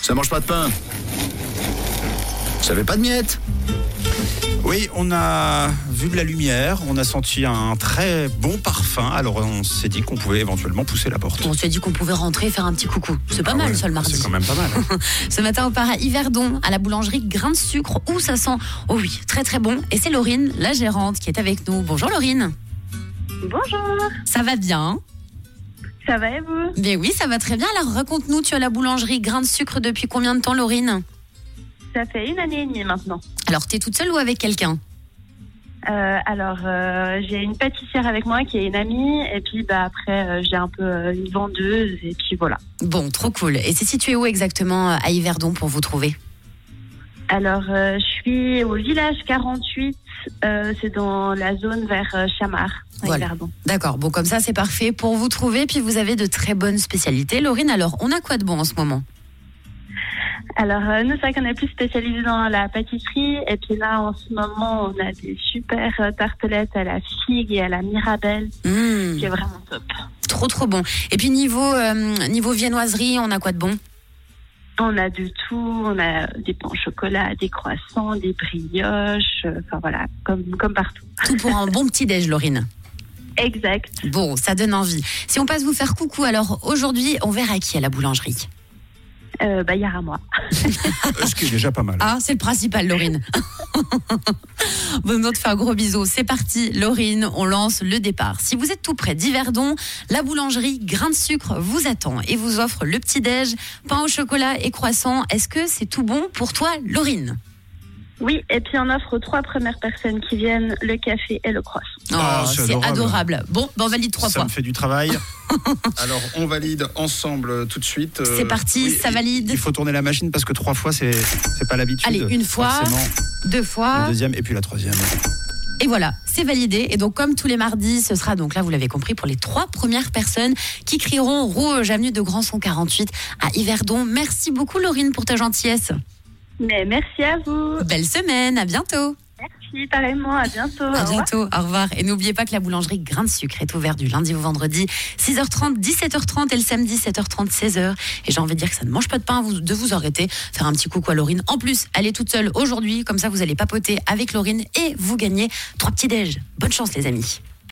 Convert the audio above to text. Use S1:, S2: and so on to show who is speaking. S1: Ça mange pas de pain. Ça fait pas de miettes.
S2: Oui, on a vu de la lumière, on a senti un très bon parfum, alors on s'est dit qu'on pouvait éventuellement pousser la porte.
S3: On s'est dit qu'on pouvait rentrer et faire un petit coucou. C'est pas
S2: Ah
S3: mal
S2: ouais,
S3: ça le mardi.
S2: C'est quand même pas mal. hein.
S3: Ce matin, on part à Yverdon, à la boulangerie Grain de Sucre, où ça sent, oh oui, très très bon. Et c'est Laurine, la gérante, qui est avec nous. Bonjour Laurine.
S4: Bonjour,
S3: Ça va bien
S4: ça va et vous
S3: Mais oui, ça va très bien. Alors raconte-nous, tu as la boulangerie Grain de Sucre depuis combien de temps, Laurine
S4: Ça fait une année et demie maintenant.
S3: Alors, t'es toute seule ou avec quelqu'un
S4: Euh, alors, euh, j'ai une pâtissière avec moi qui est une amie, et puis bah, après, euh, j'ai un peu euh, une vendeuse, et puis voilà.
S3: Bon, trop cool. Et c'est situé où exactement euh, à Yverdon pour vous trouver
S4: Alors, euh, je suis au village 48, euh, c'est dans la zone vers euh, Chamard, à
S3: Voilà.
S4: Yverdon.
S3: D'accord, bon comme ça c'est parfait pour vous trouver, puis vous avez de très bonnes spécialités. Laurine, alors on a quoi de bon en ce moment
S4: Alors, euh, nous, c'est vrai qu'on est plus spécialisés dans la pâtisserie, et puis là, en ce moment, on a des super euh, tartelettes à la figue et à la mirabelle,
S3: Hmm,
S4: qui est vraiment top.
S3: Trop trop bon. Et puis niveau, euh, niveau viennoiserie, on a quoi de bon
S4: On a de tout, on a des pains au chocolat, des croissants, des brioches, euh, enfin voilà, comme, comme partout.
S3: Tout pour un bon petit déj, Laurine.
S4: Exact.
S3: Bon, ça donne envie. Si on passe vous faire coucou, alors aujourd'hui, on verra qui à la boulangerie.
S4: Euh, bah, Yara, moi.
S2: Ce qui est déjà pas mal.
S3: Ah, c'est le principal, Laurine. bon, on te fait un gros bisou. C'est parti, Laurine, on lance le départ. Si vous êtes tout près d'Yverdon, la boulangerie Grain de Sucre vous attend et vous offre le petit-déj, pain au chocolat et croissant. Est-ce que c'est tout bon pour toi, Laurine
S4: Oui, et puis on offre aux trois premières personnes qui viennent le café et le croissant.
S2: Ah, c'est
S3: Oh, C'est adorable.
S2: adorable.
S3: Bon, ben, on valide trois
S2: Ça
S3: fois.
S2: me fait du travail.
S1: Alors, on valide ensemble euh, tout de suite. euh,
S3: C'est parti,
S1: oui,
S3: ça
S1: et-
S3: valide.
S2: Il faut tourner la machine parce que trois fois, c'est c'est pas l'habitude.
S3: Allez, une fois,
S2: Forcément,
S3: deux
S2: la
S3: fois.
S2: deuxième et puis la troisième.
S3: Et voilà, c'est validé. Et donc, comme tous les mardis, ce sera donc là, vous l'avez compris, pour les trois premières personnes qui crieront Rouge, avenue de Grandson 48 à Yverdon. Merci beaucoup, Laurine, pour ta gentillesse.
S4: Mais merci à vous.
S3: Belle semaine, à bientôt.
S4: Merci, pareillement, à bientôt. Au
S3: À
S4: revoir.
S3: bientôt, au revoir. Et n'oubliez pas que la boulangerie Grain de Sucre est ouverte du lundi au vendredi, 6h30, 17h30 et le samedi, 7h30, 16h. Et j'ai envie de dire que ça ne mange pas de pain vous- de vous arrêter, faire un petit coucou à Laurine. En plus, elle est toute seule aujourd'hui, comme ça vous allez papoter avec Laurine et vous gagnez trois petits déj. Bonne chance, les amis.